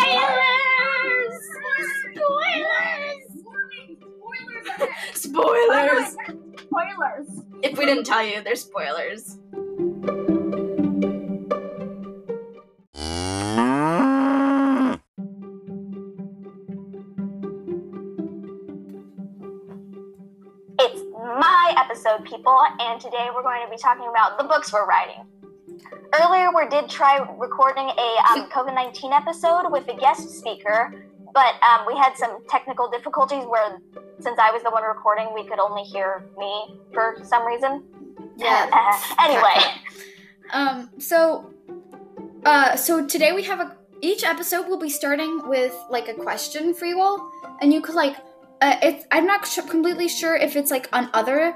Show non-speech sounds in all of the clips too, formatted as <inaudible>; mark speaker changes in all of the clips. Speaker 1: Spoilers! Spoilers! Spoilers!
Speaker 2: Spoilers.
Speaker 1: If we didn't tell you, they're spoilers.
Speaker 2: It's my episode, people, and today we're going to be talking about the books we're writing. Earlier, we did try recording a um, COVID 19 episode with a guest speaker, but um, we had some technical difficulties where, since I was the one recording, we could only hear me for some reason. <laughs>
Speaker 1: <laughs>
Speaker 2: anyway,
Speaker 1: Uh, Um, so, uh, so today we have a each episode will be starting with like a question for you all, and you could like, uh, it's I'm not su completely sure if it's like on other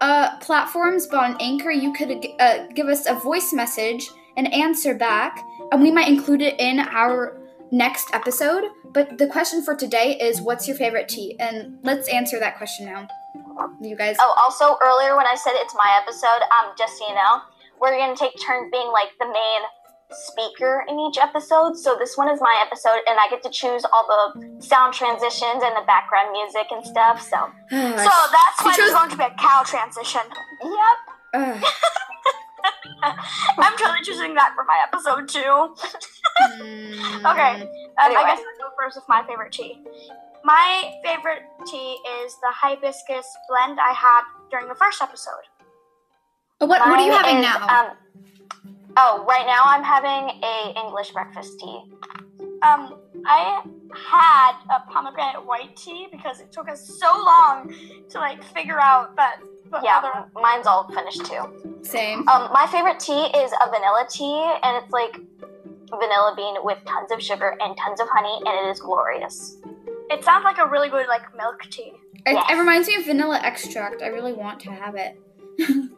Speaker 1: uh platforms, but on Anchor you could uh, give us a voice message and answer back, and we might include it in our next episode. But the question for today is, what's your favorite tea? And let's answer that question now, you guys. <sighs>
Speaker 2: oh, also earlier when I said it's my episode, um, just so you know, we're going to take turns being like the main speaker in each episode. So this one is my episode, and I get to choose all the sound transitions and the background music and stuff. So. So that's why
Speaker 1: chose-
Speaker 2: there's going to be a cow transition. Yep.
Speaker 1: Ugh.
Speaker 2: I'm totally choosing that for my episode too.
Speaker 1: okay.
Speaker 2: Um,
Speaker 3: Anyway.
Speaker 2: I guess I'll go first with my favorite tea. My favorite tea is the hibiscus blend I had during the first episode.
Speaker 1: What, what are you
Speaker 2: Mine
Speaker 1: having
Speaker 2: is,
Speaker 1: now?
Speaker 2: Um, oh, right now I'm having a English breakfast tea. Um, I had a pomegranate white tea because it took us so long to like figure out that. Yeah, mine's all finished too.
Speaker 1: Same.
Speaker 2: Um, my favorite tea is a vanilla tea, and it's like vanilla bean with tons of sugar and tons of honey, and it is glorious. It sounds like a really good like milk tea.
Speaker 1: It,
Speaker 2: Yes.
Speaker 1: it reminds me of vanilla extract. I really want to
Speaker 2: <laughs>
Speaker 1: have it. um,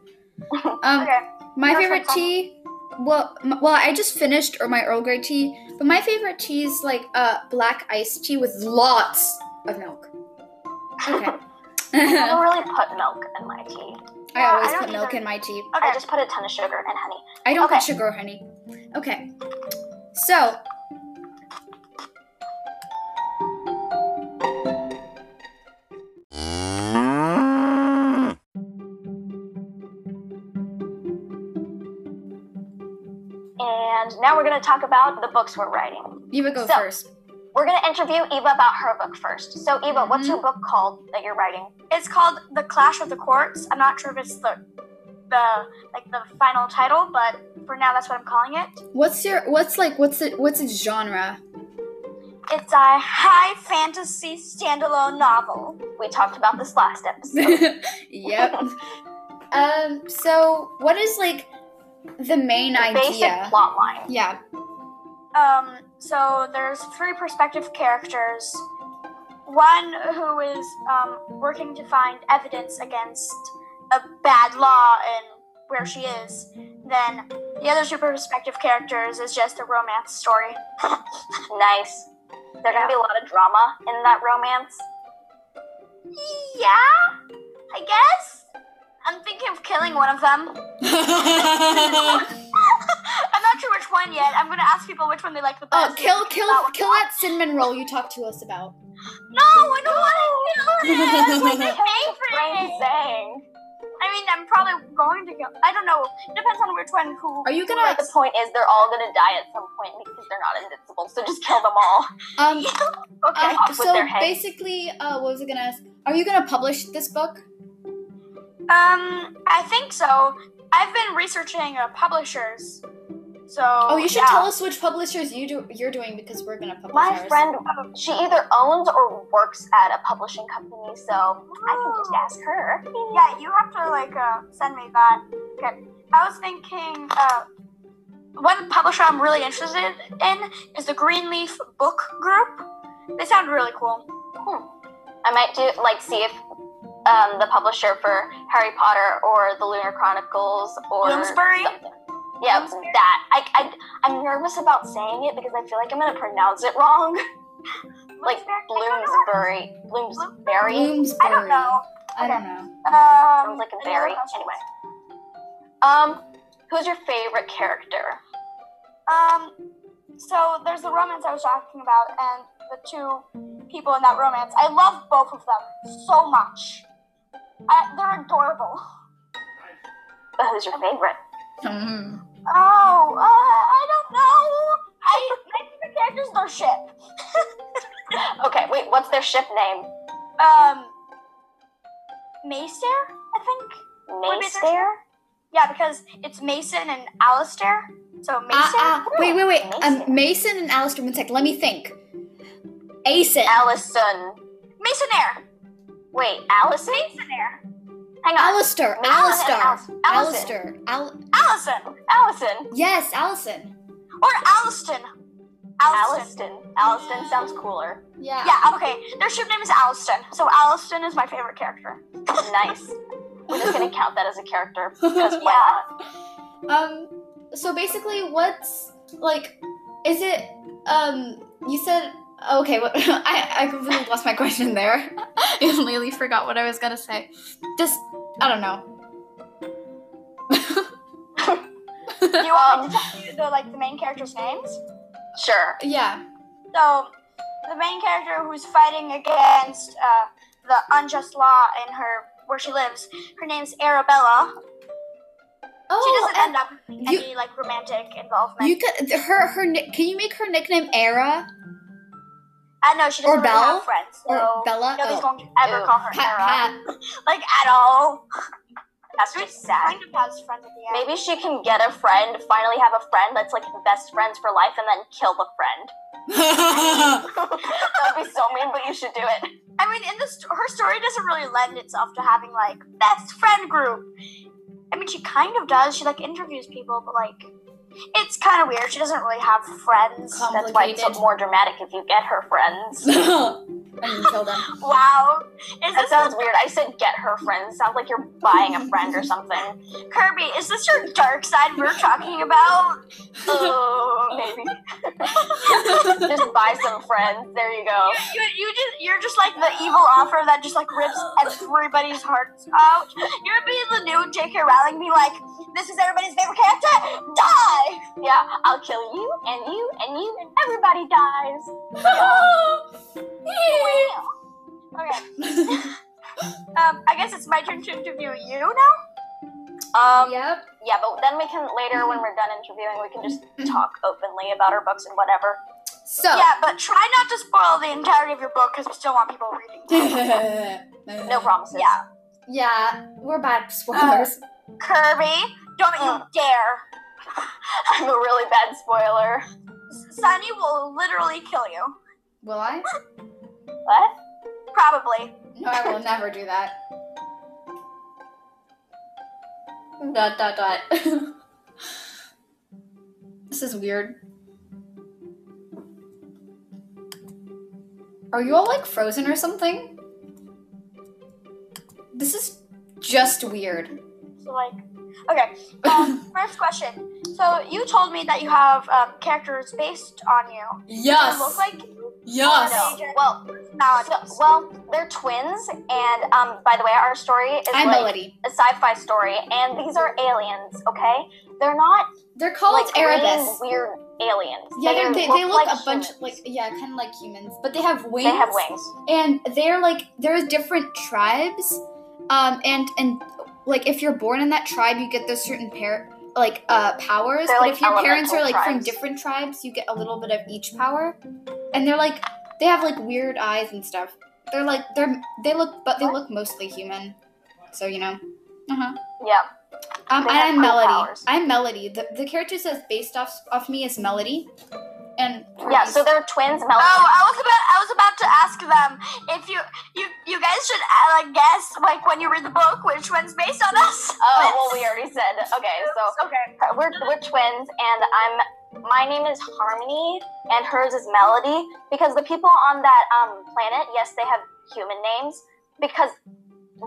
Speaker 2: Okay.
Speaker 1: My
Speaker 2: Your
Speaker 1: favorite
Speaker 2: first one.
Speaker 1: tea. Well, m- well, I just finished or my Earl Grey tea, but my favorite tea is like a uh, black iced tea with lots of milk.
Speaker 2: <laughs>
Speaker 1: Okay. <laughs>
Speaker 2: I don't
Speaker 1: I
Speaker 2: really put milk in my tea. Yeah,
Speaker 1: always
Speaker 2: I don't
Speaker 1: put milk
Speaker 2: either.
Speaker 1: in my tea.
Speaker 2: I just put a ton of sugar and honey.
Speaker 1: I don't put
Speaker 2: Okay.
Speaker 1: sugar or honey. Okay. So.
Speaker 2: And now we're gonna talk about the books we're writing.
Speaker 1: You would go
Speaker 2: So-
Speaker 1: first.
Speaker 2: We're gonna interview Eva about her book first. So Eva, what's
Speaker 1: Mhm.
Speaker 2: your book called that you're writing?
Speaker 3: Mm-hmm. It's called The Clash of the Courts. I'm not sure if it's the the like the final title, but for now that's what I'm calling it.
Speaker 1: What's your what's like what's it what's its genre?
Speaker 3: It's a high fantasy standalone novel.
Speaker 2: We talked about this last episode.
Speaker 1: <laughs> yep. um. So, what is like the main
Speaker 2: Basic
Speaker 1: idea?
Speaker 2: plot line.
Speaker 1: Yeah.
Speaker 3: Um, so there's three perspective characters. One who is um, working to find evidence against a bad law and where she is. Then the other two perspective characters is just a romance story.
Speaker 2: <laughs> Nice. There's gonna be a lot of drama in that romance.
Speaker 3: Yeah, I guess. I'm thinking of killing one of
Speaker 1: <laughs>
Speaker 3: them. <laughs> I'm not sure which one yet. I'm gonna ask people which one they like the best.
Speaker 1: Oh, kill, kill,
Speaker 3: That one.
Speaker 1: kill that cinnamon roll you talked to us about.
Speaker 3: No, I don't want to kill it. That's my
Speaker 2: Brain
Speaker 3: favorite.
Speaker 2: zang.
Speaker 3: I mean, I'm probably going to kill. I don't know. It depends on which one who.
Speaker 1: Are you gonna?
Speaker 2: But the point is, they're all gonna die at some point because they're not invincible. So just kill them
Speaker 1: <laughs>
Speaker 2: all.
Speaker 1: Um.
Speaker 2: Okay.
Speaker 1: um,
Speaker 2: off with
Speaker 1: so
Speaker 2: their heads.
Speaker 1: basically, uh, what was I gonna ask? Are you gonna publish this book?
Speaker 3: Um, I think so. I've been researching uh, publishers. So.
Speaker 1: Oh, you should
Speaker 3: yeah.
Speaker 1: tell us which publishers you do you're doing because we're gonna publish
Speaker 2: My
Speaker 1: ours.
Speaker 2: friend, um, she either owns or works at a publishing company, so I can just ask her.
Speaker 3: Oh. Yeah, you have to like uh, send me that. Okay. I was thinking uh, one publisher I'm really interested in is the Greenleaf Book Group. They sound really cool.
Speaker 2: I might do like see if um, the publisher for Harry Potter or the Lunar Chronicles or
Speaker 3: Bloomsbury?
Speaker 2: something. Yeah,
Speaker 3: Bloomsbury?
Speaker 2: that. I, I, I'm nervous about saying it because I feel like I'm gonna pronounce it <laughs> wrong. like
Speaker 3: Bloomsbury? I
Speaker 2: Bloomsbury, Bloomsbury.
Speaker 1: Bloomsbury.
Speaker 3: don't know.
Speaker 1: I
Speaker 3: I don't know.
Speaker 1: don't know.
Speaker 3: Um,
Speaker 2: Sounds like a
Speaker 3: any other
Speaker 2: berry.
Speaker 3: questions?
Speaker 2: Anyway. Um, who's your favorite character?
Speaker 3: Um,
Speaker 2: so there's the romance I was talking about, and the two people in that romance. I love both of them so much. I, they're adorable.
Speaker 3: But who's your favorite?
Speaker 1: Hmm.
Speaker 2: Oh, uh, I don't know. I, I think the characters their ship.
Speaker 3: Okay, wait, what's their ship name?
Speaker 2: Um, Maystair, I think. Would be their-
Speaker 3: Maystair?
Speaker 2: Yeah, because it's Mason and Alistair. So Mason.
Speaker 1: Ah, ah, wait, wait, wait.
Speaker 3: Mason.
Speaker 1: Um, Mason and Alistair, one sec. Let me think. Asen.
Speaker 3: Allison.
Speaker 2: Masonair.
Speaker 3: Wait, Allison?
Speaker 2: Masonair.
Speaker 3: Hang on.
Speaker 1: Alistair.
Speaker 3: No,
Speaker 1: Alistair.
Speaker 3: Al- Allison.
Speaker 1: Alistair. Al-
Speaker 2: Allison.
Speaker 3: Allison.
Speaker 1: yes, Allison.
Speaker 2: Or Alliston. Alliston.
Speaker 3: Alliston. Alliston sounds cooler.
Speaker 1: Yeah.
Speaker 2: Yeah, okay. Their ship name is Alliston. So Alliston is my favorite character.
Speaker 3: Nice.
Speaker 2: <laughs>
Speaker 3: We're just
Speaker 1: <laughs>
Speaker 3: gonna count that as a character. Because
Speaker 1: Yeah.
Speaker 3: why
Speaker 1: Um. So basically, what's like? Is it? Um. You said. Okay. What, <laughs> I I completely lost my question there. <laughs> I completely forgot what I was gonna say. Just I don't
Speaker 2: Do
Speaker 1: know.
Speaker 2: you want me to tell you the like the main characters' names?
Speaker 3: not? Um, Sure.
Speaker 1: <laughs> yeah.
Speaker 2: So the main character who's fighting against uh, the unjust law in her where she lives, her name's Arabella. She
Speaker 1: Oh,
Speaker 2: doesn't end up
Speaker 1: and
Speaker 2: with
Speaker 1: you-
Speaker 2: any like romantic involvement.
Speaker 1: you could her her nick- can you make her nickname Era
Speaker 2: I know Uh, she doesn't
Speaker 1: or
Speaker 2: really
Speaker 1: Belle?
Speaker 2: have friends, so
Speaker 1: or Bella?
Speaker 2: nobody's
Speaker 1: Oh,
Speaker 2: going to ever
Speaker 3: Ew.
Speaker 2: call her
Speaker 1: Pat
Speaker 2: Ara.
Speaker 1: Pat. <laughs>
Speaker 2: Like at all.
Speaker 3: That's
Speaker 2: She
Speaker 3: just sad.
Speaker 2: kind of has friends at the end.
Speaker 3: Maybe she can get a friend, finally have a friend that's like best friends for life, and then kill the friend. That would be so mean, but you should do it.
Speaker 2: I mean, in the st- her story doesn't really lend itself to having like best friend group. I mean, she kind of does. She like interviews people, but like it's kind of weird. She doesn't really have friends.
Speaker 1: Com-
Speaker 3: That's why it's
Speaker 1: Complicated.
Speaker 3: more dramatic if you get her friends.
Speaker 1: and kill <laughs> them.
Speaker 2: Wow, is
Speaker 3: That
Speaker 2: this
Speaker 3: sounds weird. I said get her friends. Sounds like you're buying a friend or something.
Speaker 2: Kirby? Is this your dark side we're talking about?
Speaker 3: Oh, <laughs> maybe. Just buy some friends. There you go.
Speaker 2: You, you just you're just like the
Speaker 3: <laughs>
Speaker 2: evil offer that just like rips everybody's hearts out. You're being the new J.K. Rowling, be like, this is everybody's favorite character. Die.
Speaker 3: Yeah, I'll kill you and you and you and everybody
Speaker 2: <laughs>
Speaker 3: dies.
Speaker 2: Okay. Um, I guess it's my turn to interview you now. Um,
Speaker 1: yep.
Speaker 3: Yeah, but then we can later when we're done interviewing, we can just talk openly about our books and whatever.
Speaker 1: So
Speaker 2: yeah, but try not to spoil the entirety of your book because we still want people reading. <laughs>
Speaker 1: <laughs>
Speaker 3: No promises.
Speaker 2: Yeah.
Speaker 1: Yeah, we're bad spoilers.
Speaker 2: Kirby, don't you
Speaker 3: Mm.
Speaker 2: dare. <laughs>
Speaker 3: I'm a really bad spoiler.
Speaker 2: Sunny will literally kill you.
Speaker 1: will I?
Speaker 3: What?
Speaker 2: Probably.
Speaker 1: No, I will never do that. Dot dot dot. <laughs> this is weird. Are you all like frozen or something? This is just weird.
Speaker 2: So like, okay.
Speaker 3: <laughs>
Speaker 2: Um, first question. So you told me that you have um, characters based on you.
Speaker 1: <laughs> yes.
Speaker 2: They look like you.
Speaker 1: yes.
Speaker 2: Oh,
Speaker 3: Uh, No. Well,
Speaker 2: personalities.
Speaker 3: so- well, they're twins, and um, by the way, our story is
Speaker 1: I'm
Speaker 3: like
Speaker 1: Melody.
Speaker 3: a sci-fi story, and these are aliens. Okay, they're not
Speaker 1: They're called
Speaker 3: like
Speaker 1: Erebus.
Speaker 3: alien, weird aliens.
Speaker 1: Yeah, they're, they, they look
Speaker 3: like
Speaker 1: a bunch
Speaker 3: humans.
Speaker 1: like yeah, kind of like humans, but they have wings.
Speaker 3: They have wings.
Speaker 1: and they're like there's different tribes, um, and and like if you're born in that tribe, you get those certain pair like uh powers.
Speaker 3: They're
Speaker 1: but
Speaker 3: like
Speaker 1: if your parents are like
Speaker 3: elemental
Speaker 1: from
Speaker 3: tribes.
Speaker 1: different tribes, you get a little bit of each power, and they're like they have like weird eyes and stuff. They're like they're they look but they look mostly human, so you know. Uh huh.
Speaker 3: Yeah.
Speaker 1: Um,
Speaker 3: They have
Speaker 1: I'm
Speaker 3: cool
Speaker 1: Melody.
Speaker 3: powers.
Speaker 1: I'm Melody. The, the character says based off of me is Melody, and
Speaker 3: Yeah, so they're twins, Mel.
Speaker 2: Oh, I was about I was about to ask them if you you you guys should uh, like guess like when you read the book which one's based on us.
Speaker 3: <laughs> Oh, well,
Speaker 2: <laughs>
Speaker 3: we already said. Okay, so
Speaker 2: okay.
Speaker 3: we're, we're twins, and I'm. My name is Harmony, and hers is Melody, because the people on that um, planet, yes, they have human names, because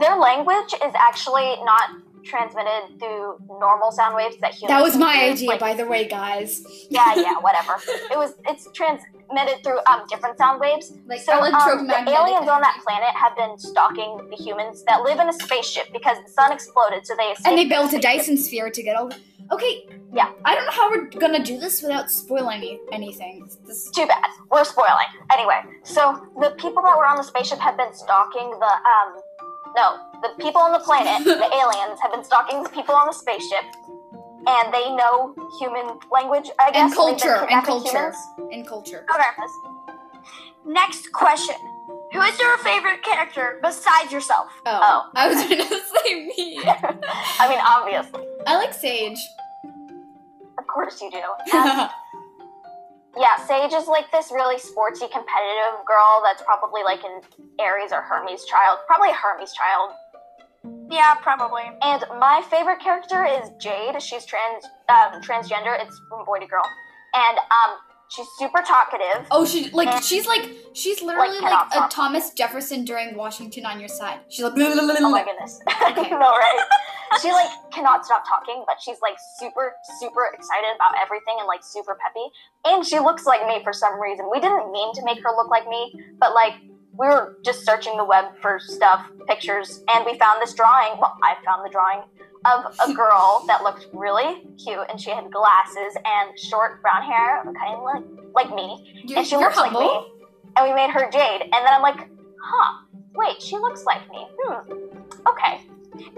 Speaker 3: their language is actually not transmitted through normal sound waves that humans.
Speaker 1: That was my
Speaker 3: can use,
Speaker 1: idea,
Speaker 3: like-
Speaker 1: by the way, guys.
Speaker 3: yeah, yeah, whatever. It was. It's transmitted through um, different sound waves.
Speaker 1: <laughs> Like
Speaker 3: So um, the
Speaker 1: electromagnetic.
Speaker 3: aliens on that planet have been stalking the humans that live in a spaceship because the sun exploded, so they escaped
Speaker 1: and they built a Dyson sphere to get all. Okay.
Speaker 3: Yeah.
Speaker 1: I don't know how we're gonna do this without spoiling any- anything. This,
Speaker 3: Too bad. We're spoiling. Anyway, so the people that were on the spaceship have been stalking the um no, the people on the
Speaker 1: <laughs>
Speaker 3: planet, the aliens have been stalking the people on the spaceship and they know human language, I guess.
Speaker 1: and
Speaker 3: so they've been
Speaker 1: culture, and
Speaker 3: kidnapping
Speaker 1: culture,
Speaker 3: humans.
Speaker 1: and culture.
Speaker 2: Okay. Next question. Who is your favorite character besides yourself?
Speaker 1: Oh,
Speaker 3: Oh.
Speaker 1: I was gonna <laughs> say me.
Speaker 3: I mean, obviously.
Speaker 1: I like Sage.
Speaker 3: Of course you do. Um, yeah, Sage is like this really sportsy, competitive girl that's probably like an Aries or Hermes child. Probably a Hermes child.
Speaker 2: Yeah, probably.
Speaker 3: And my favorite character is Jade. She's trans um, transgender. It's from boy to girl, and um, she's super talkative.
Speaker 1: <laughs> oh, she like she's like she's literally
Speaker 3: cut
Speaker 1: like,
Speaker 3: off
Speaker 1: a
Speaker 3: from-
Speaker 1: Thomas Jefferson during Washington on your side. She's like.
Speaker 3: Oh my goodness!
Speaker 1: <laughs> Okay.
Speaker 3: <laughs> no right? She like cannot stop talking, but she's like super, super excited about everything and like super peppy. And she looks like me for some reason. We didn't mean to make her look like me, but like we were just searching the web for stuff, pictures, and we found this drawing. Well, I found the drawing of
Speaker 1: <laughs>
Speaker 3: a girl that looked really cute, and she had glasses and short brown hair, kind of like like me,
Speaker 1: You're,
Speaker 3: and she
Speaker 1: you're
Speaker 3: looks
Speaker 1: humble.
Speaker 3: like me. And we made her Jade, and then I'm like, huh, wait, she looks like me. Hmm, okay.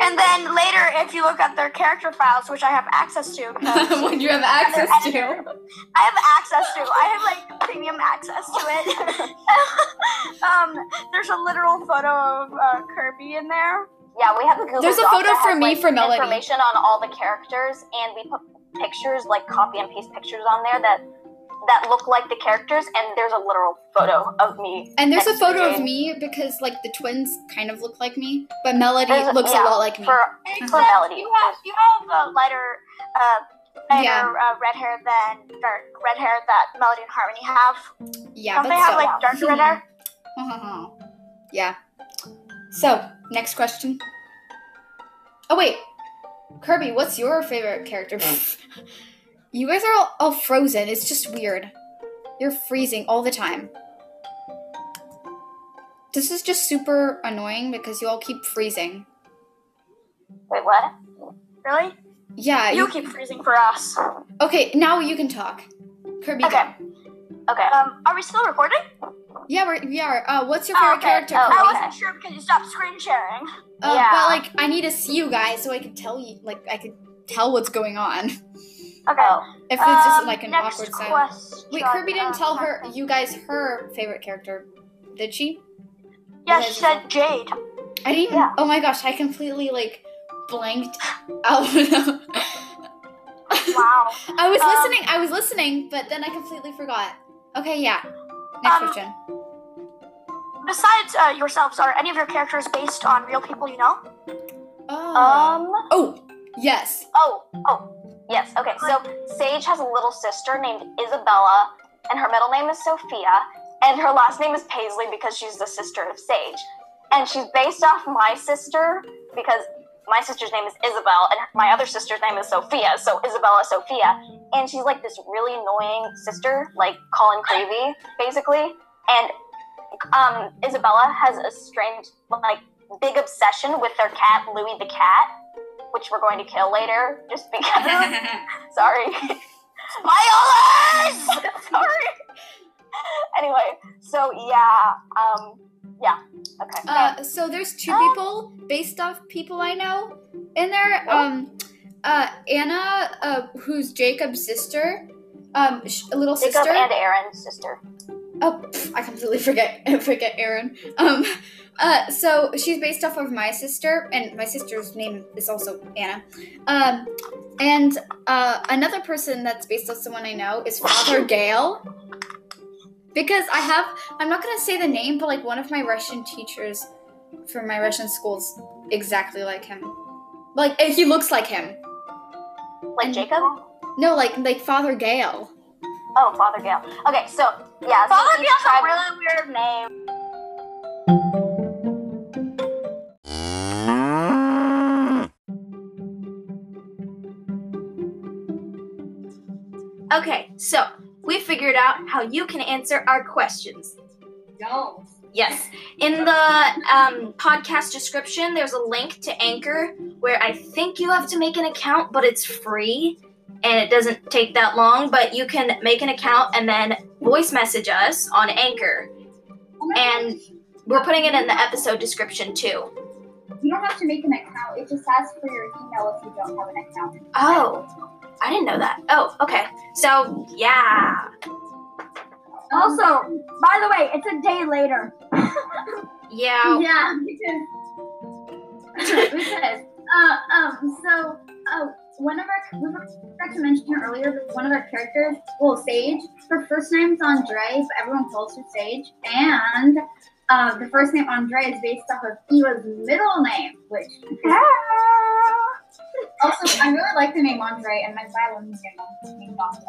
Speaker 2: And then later, if you look at their character files, which I have access to,
Speaker 3: <laughs>
Speaker 2: because
Speaker 1: <laughs> when you have access
Speaker 2: I'm an
Speaker 1: to.
Speaker 2: I have access to. I have like premium access to it. <laughs> um, there's a literal photo of uh, Kirby in there.
Speaker 3: Yeah, we have a Google
Speaker 1: There's a
Speaker 3: Doc
Speaker 1: photo
Speaker 3: that
Speaker 1: for
Speaker 3: has,
Speaker 1: me
Speaker 3: like,
Speaker 1: for Melody.
Speaker 3: Information on all the characters, and we put pictures, like copy and paste pictures on there that that look like the characters. And there's a literal photo of me.
Speaker 1: And there's a
Speaker 3: next to
Speaker 1: photo of
Speaker 3: Jade.
Speaker 1: me because like the twins kind of look like me, but Melody
Speaker 3: There's a-
Speaker 1: looks
Speaker 3: yeah,
Speaker 1: a lot like me.
Speaker 3: for for Melody.
Speaker 2: You have you have a lighter, uh, lighter
Speaker 1: Yeah.
Speaker 2: uh, red hair than dark red hair that Melody and Harmony have.
Speaker 1: yeah,
Speaker 2: Don't
Speaker 1: but
Speaker 2: they have
Speaker 1: so.
Speaker 2: like dark red hair?
Speaker 1: <laughs> yeah. So next question. Oh wait, Kirby, what's your favorite character? <laughs> you guys are all, all frozen. It's just weird. You're freezing all the time. This is just super annoying because you all keep freezing.
Speaker 3: Wait, what?
Speaker 2: Really?
Speaker 1: Yeah.
Speaker 2: You
Speaker 1: You,
Speaker 2: keep freezing for us.
Speaker 1: okay, now you can talk. Kirby. go.
Speaker 2: Okay.
Speaker 3: Okay.
Speaker 2: Um, are we still recording?
Speaker 1: Yeah, we're, we are. Uh, what's your
Speaker 3: Oh,
Speaker 1: favorite
Speaker 3: okay.
Speaker 1: character,
Speaker 3: Oh,
Speaker 1: Kirby?
Speaker 2: I
Speaker 3: okay.
Speaker 2: wasn't sure because you stopped screen sharing.
Speaker 1: Uh,
Speaker 3: Yeah.
Speaker 1: But like, I need to see you guys so I can tell you, like, I could tell what's going on. <laughs>
Speaker 2: Okay.
Speaker 3: Oh,
Speaker 1: If it's just
Speaker 2: Um,
Speaker 1: like an
Speaker 2: next
Speaker 1: awkward silence.
Speaker 2: question.
Speaker 1: Wait, Kirby didn't
Speaker 2: uh,
Speaker 1: tell her
Speaker 2: something.
Speaker 1: you guys her favorite character, did she?
Speaker 2: Yeah, she said Jade.
Speaker 1: I didn't. even-
Speaker 3: Yeah.
Speaker 1: Oh my gosh, I completely like blanked <laughs> out.
Speaker 2: Wow.
Speaker 1: <laughs> I was
Speaker 2: Um,
Speaker 1: listening. I was listening, but then I completely forgot. Okay, yeah. Next
Speaker 2: Um,
Speaker 1: question.
Speaker 2: Besides uh, yourselves, are any of your characters based on real people you know?
Speaker 1: Oh.
Speaker 3: um.
Speaker 1: oh. Yes.
Speaker 3: Oh, oh, yes. Okay, so Sage has a little sister named Isabella, and her middle name is Sophia, and her last name is Paisley because she's the sister of Sage. And she's based off my sister because my sister's name is Isabel, and my other sister's name is Sophia, so Isabella Sophia. And she's like this really annoying sister, like Colin Creevy, basically. And um, Isabella has a strange, like, big obsession with their cat, Louis the Cat which we're going to kill later, just because. sorry,
Speaker 2: Violas!
Speaker 3: <laughs> sorry. anyway, so yeah, um, yeah, okay.
Speaker 1: Uh, so there's two
Speaker 2: Oh.
Speaker 1: people based off people I know in there. Um, uh, Anna, uh, who's Jacob's sister, um, sh- a little
Speaker 3: Jacob
Speaker 1: sister.
Speaker 3: and Aaron's sister.
Speaker 1: oh, pff, I completely <laughs> forget forget Aaron. Um, uh, so she's based off of my sister, and my sister's name is also Anna. Um, and uh, another person that's based off someone I know is Father Gale. Because I have, I'm not gonna say the name, but like one of my Russian teachers from my Russian school's exactly like him. Like eh, he looks like him.
Speaker 3: Like
Speaker 1: And-
Speaker 3: Jacob?
Speaker 1: No, like like Father Gale.
Speaker 3: Oh, Father Gale. Okay, so yeah, so
Speaker 2: Father
Speaker 3: each
Speaker 2: Gale's a
Speaker 3: tribe-
Speaker 2: really weird name.
Speaker 4: Okay, so we figured out how you can answer our questions.
Speaker 1: No.
Speaker 4: Yes. In the um, podcast description, there's a link to Anchor where I think you have to make an account, but it's free and it doesn't take that long. But you can make an account and then voice message us on Anchor.
Speaker 5: Oh
Speaker 4: And we're putting it in the episode description too.
Speaker 5: You don't have to make an account. It just asks for your email if you don't have an account.
Speaker 4: Oh, I didn't know that. Oh, okay. So, yeah.
Speaker 1: Also, by the way, it's a day later.
Speaker 4: <laughs> Yeah.
Speaker 1: Yeah, because <laughs> because uh, um so uh one of our we forgot to mention her earlier, but one of our characters, well Sage, her first name's Andre, but everyone calls her Sage, and uh, the first name Andre is based off of Eva's middle name, which
Speaker 6: Ah.
Speaker 1: also I really like the name Andre, and my violin's named Andre.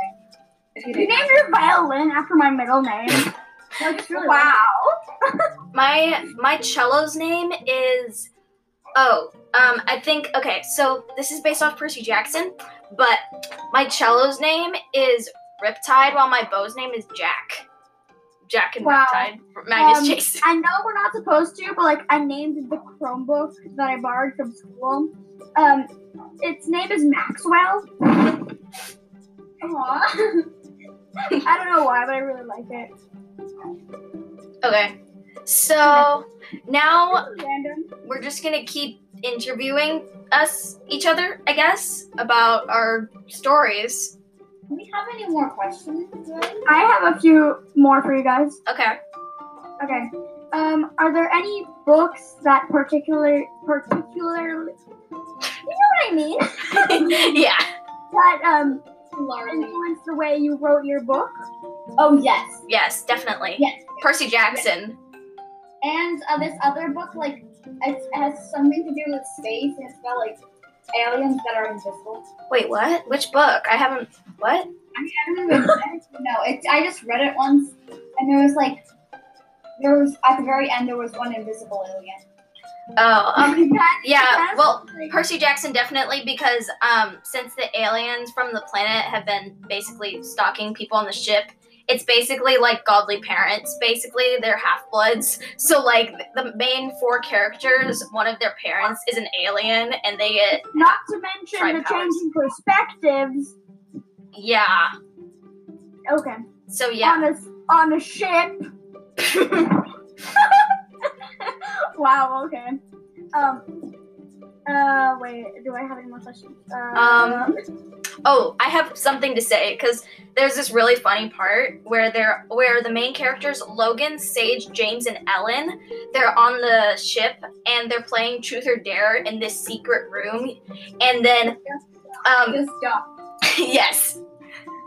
Speaker 1: If you
Speaker 6: You
Speaker 1: didn't,
Speaker 6: named your violin after my
Speaker 1: <laughs>
Speaker 6: middle name.
Speaker 1: like, it's really like-
Speaker 6: wow.
Speaker 4: My my cello's name is Oh, um I think okay, so this is based off Percy Jackson, but my cello's name is Riptide while my bow's name is Jack. Jack and
Speaker 6: Wow.
Speaker 4: Riptide. Magnus
Speaker 6: Um,
Speaker 4: Chase.
Speaker 6: I know we're not supposed to, but like I named the Chromebook that I borrowed from school. Um, its name is Maxwell.
Speaker 1: Aw.
Speaker 6: <laughs> I don't know why, but I really like it.
Speaker 4: <laughs> Okay. So now
Speaker 6: Random.
Speaker 4: we're just gonna keep interviewing us each other, I guess, about our stories.
Speaker 1: Do we have any more questions?
Speaker 6: I have a few more for you guys.
Speaker 4: Okay.
Speaker 6: Okay. Um, are there any books that particular particularly you know what I mean?
Speaker 4: yeah.
Speaker 6: That um
Speaker 1: Largely.
Speaker 6: influenced the way you wrote your book?
Speaker 1: Oh yes.
Speaker 4: Yes, definitely.
Speaker 1: Yes.
Speaker 4: Percy Jackson.
Speaker 1: And uh, this other book, like, it has something to do with space, and it's about like aliens that are invisible.
Speaker 4: Wait, what? Which book? I haven't. What?
Speaker 1: I mean, I don't remember. exactly- no, it. I just read it once, and there was like, there was at the very end there was one invisible alien.
Speaker 4: Oh, um, yeah.
Speaker 6: That's
Speaker 4: Well,
Speaker 6: like-
Speaker 4: Percy Jackson definitely because um, since the aliens from the planet have been basically stalking people on the ship, it's basically like godly parents. Basically, they're half bloods. So, like the main four characters, one of their parents is an alien, and they get
Speaker 6: Not to mention
Speaker 4: Try
Speaker 6: the
Speaker 4: powers.
Speaker 6: changing perspectives.
Speaker 4: yeah.
Speaker 6: Okay.
Speaker 4: So yeah,
Speaker 6: On a on
Speaker 4: <laughs>
Speaker 6: a ship. Wow. Okay. Um. Uh. Wait. Do I have any more questions? Uh,
Speaker 4: Um, Oh, I have something to say because there's this really funny part where they're where the main characters Logan, Sage, James, and Ellen they're on the ship and they're playing Truth or Dare in this secret room, and then um
Speaker 1: Just don't,
Speaker 4: yes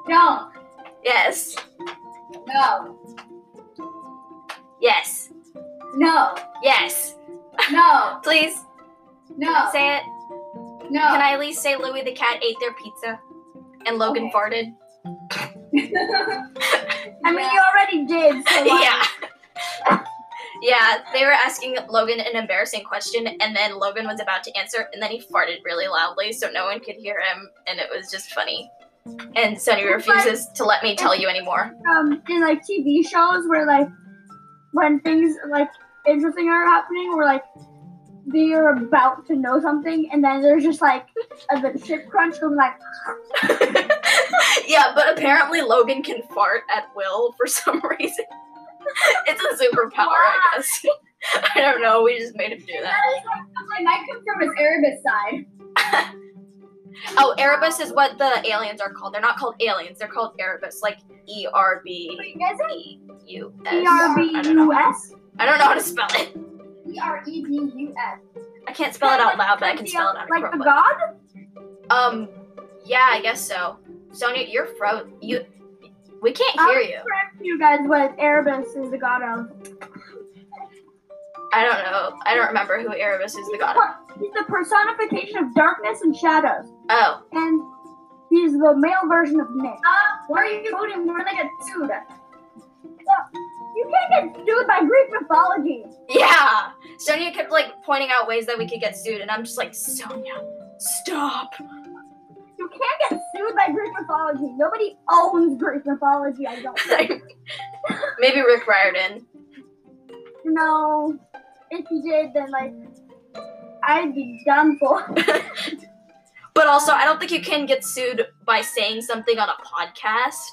Speaker 1: don't,
Speaker 4: <laughs> yes
Speaker 1: no,
Speaker 4: yes
Speaker 1: no,
Speaker 4: yes
Speaker 1: no,
Speaker 4: please
Speaker 1: no,
Speaker 4: say it. Can
Speaker 1: no.
Speaker 4: I at least say Louis the cat ate their pizza and Logan
Speaker 1: Okay.
Speaker 4: farted?
Speaker 6: I mean, you already did.
Speaker 4: <laughs>
Speaker 6: So like,
Speaker 4: yeah. <laughs> yeah, they were asking Logan an embarrassing question, and then Logan was about to answer, and then he farted really loudly so no one could hear him, and it was just funny. And Sunny refuses to let me tell you anymore.
Speaker 6: um in like TV shows where like when things like interesting are happening where like they're about to know something and then there's just like a the chip crunch goes like
Speaker 4: yeah, but apparently Logan can fart at will for some <laughs> reason. it's a superpower, I guess. <laughs> I don't know, we just made him do that.
Speaker 1: I might come from his Erebus side.
Speaker 4: <laughs> Oh, Erebus is what the aliens are called. They're not called aliens, they're called Erebus, like E R B E
Speaker 6: you guys like
Speaker 4: U S. I don't know.
Speaker 6: ERBUS?
Speaker 4: I don't know how to spell it.
Speaker 1: E R E B U S.
Speaker 4: I can't spell it out loud, but I can
Speaker 6: The-
Speaker 4: spell it out
Speaker 6: Like the
Speaker 4: in
Speaker 6: god?
Speaker 4: Um, yeah, I guess so. Sonia, you're fro. You, we can't
Speaker 6: I
Speaker 4: hear
Speaker 1: Um,
Speaker 6: was
Speaker 4: you.
Speaker 6: correct you guys what Erebus is the god of.
Speaker 4: I don't know. I don't remember who Erebus is the god. of.
Speaker 6: He's the personification of darkness and shadows.
Speaker 4: Oh,
Speaker 6: And he's the male version of Nick.
Speaker 1: Uh, Why are you voting? We're gonna get sued.
Speaker 6: You can't get sued by Greek mythology.
Speaker 4: yeah. Sonia kept like pointing out ways that we could get sued, and I'm just like, Sonia, stop. <laughs>
Speaker 6: You can't get sued by Greek mythology. Nobody owns Greek mythology. I don't think.
Speaker 4: Maybe Rick Riordan.
Speaker 6: no. If you did, then like I'd be done for.
Speaker 4: But also, I don't think you can get sued by saying something on a podcast.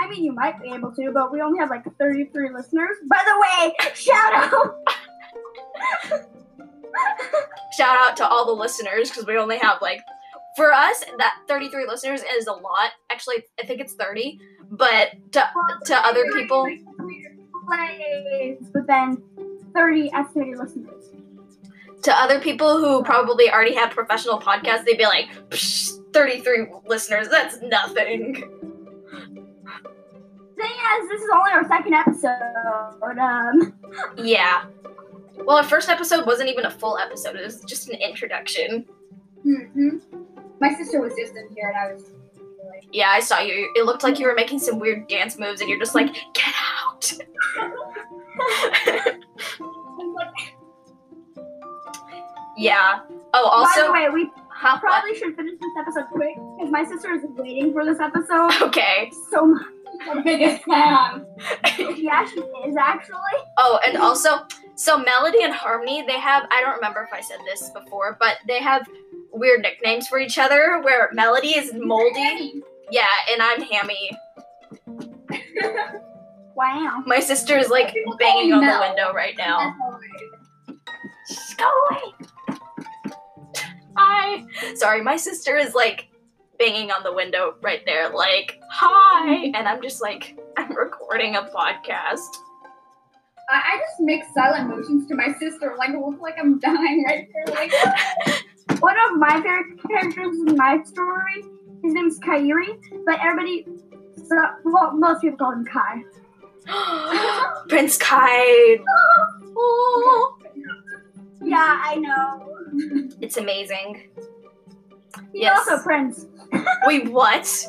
Speaker 6: I mean, you might be able to, but we only have like 33 listeners. By the way, shout out!
Speaker 4: Shout out to all the listeners because we only have like, for us, that 33 listeners is a lot. Actually, I think it's 30. But to, to other people,
Speaker 6: Plays, but then 30 estimated listeners.
Speaker 4: to other people who probably already have professional podcasts, they'd be like, Psh, 33 listeners, that's nothing.
Speaker 6: <laughs> Thing is, this is only our second episode. Um,
Speaker 4: Yeah. Well, our first episode wasn't even a full episode. It was just an introduction.
Speaker 6: mhm. My sister was just in here, and I was like,
Speaker 4: Yeah, I saw you. It looked like you were making some weird dance moves, and you're just like, get out. <laughs>
Speaker 6: I'm like,
Speaker 4: Yeah. Oh, also,
Speaker 6: by the way, we
Speaker 4: huh, what?
Speaker 6: probably should finish this episode quick because my sister is waiting for this episode <laughs>
Speaker 4: okay.
Speaker 6: so much. The biggest fan. yeah, she is actually.
Speaker 4: Oh, and also, so Melody and Harmony, they have, I don't remember if I said this before, but they have weird nicknames for each other where Melody is Moldy. Yeah, and I'm Hammy.
Speaker 6: Wow.
Speaker 4: My sister is like
Speaker 6: People call
Speaker 4: banging
Speaker 6: me
Speaker 4: on the
Speaker 6: Mel.
Speaker 4: window right now.
Speaker 6: That's all right.
Speaker 4: Just go away. Hi. Sorry, my sister is like banging on the window right there, like, hi. And I'm just like, <laughs> I'm recording a podcast.
Speaker 6: I, I just make silent motions to my sister, like it looks like I'm dying right there. Like one of my favorite characters in my story, his name's Kairi, but everybody, so, well, most people call him Kai.
Speaker 4: <gasps> Prince <gasps> Kai. Oh,
Speaker 6: Yeah, I know.
Speaker 4: it's amazing.
Speaker 6: He's
Speaker 4: Yes.
Speaker 6: also Prince.
Speaker 4: Wait, what?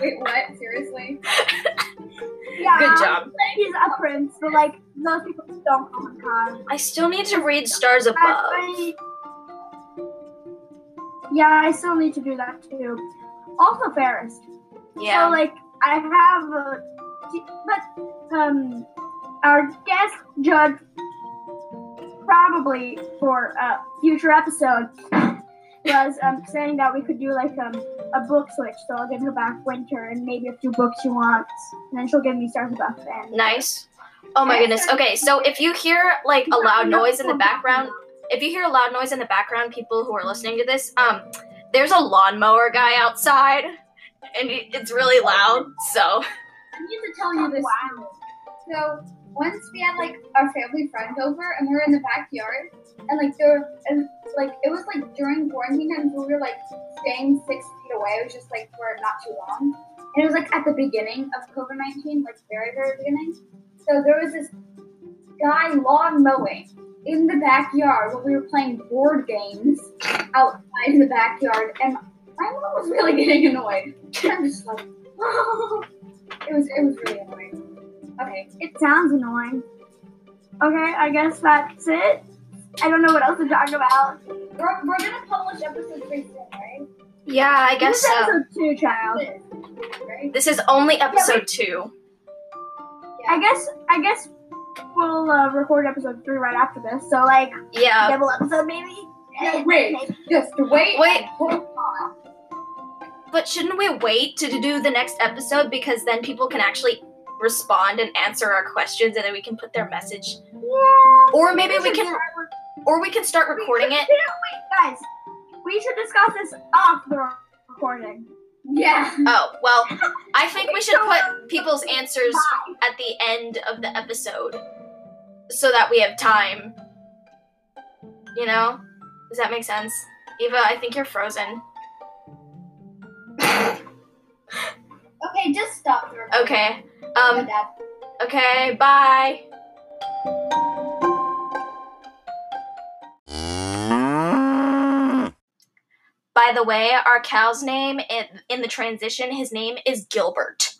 Speaker 6: Wait, what? Seriously? yeah.
Speaker 4: Good job.
Speaker 6: He's a prince, but like most people don't call him Kai.
Speaker 4: I still need to read Stars
Speaker 6: That's
Speaker 4: Above.
Speaker 6: right. Yeah, I still need to do that too. Also, Ferris. So
Speaker 4: Yeah.
Speaker 6: like I have, a, but um, our guest judge probably for a future episode was um saying that we could do like um a book switch. So I'll give her back Winter and maybe a few books she wants, and then she'll give me Stars Above and
Speaker 4: Nice. Oh my goodness. Okay, so if you hear like a loud noise in the background, if you hear a loud noise in the background, people who are listening to this, um, there's a lawnmower guy outside, and it- it's really loud. So
Speaker 6: I need to tell you this. So once we had like our family friend over, and we were in the backyard, and like there, and like it was like during quarantine times we were like staying six feet away. It was just like for not too long, and it was like at the beginning of COVID nineteen, like very very beginning. So there was this guy lawn mowing in the backyard while we were playing board games outside in the backyard, and my mom was really getting annoyed. I'm just like, it was it was really annoying. Okay.
Speaker 2: It sounds annoying. Okay, I guess that's it. I don't know what else to talk about.
Speaker 6: We're, we're gonna publish episode three soon, right?
Speaker 4: yeah, I guess um,
Speaker 2: This is
Speaker 4: so.
Speaker 2: episode two, child.
Speaker 6: Right?
Speaker 4: This is only episode two.
Speaker 2: I guess I guess we'll uh, record episode three right after this. So like
Speaker 4: Yeah.
Speaker 2: double episode maybe.
Speaker 6: No, wait. Just wait.
Speaker 4: Wait.
Speaker 6: Hold
Speaker 4: But shouldn't we wait to do the next episode because then people can actually respond and answer our questions and then we can put their message or maybe we can or we can start recording it
Speaker 2: Guys, we should discuss this off the recording.
Speaker 6: Yeah.
Speaker 4: oh well i think we should put people's answers at the end of the episode so that we have time you know does that make sense eva i think you're frozen
Speaker 6: Okay, just stop. the recording.
Speaker 4: okay um
Speaker 6: Dad.
Speaker 4: okay bye By the way, our cow's name in, in the transition, his name is Gilbert.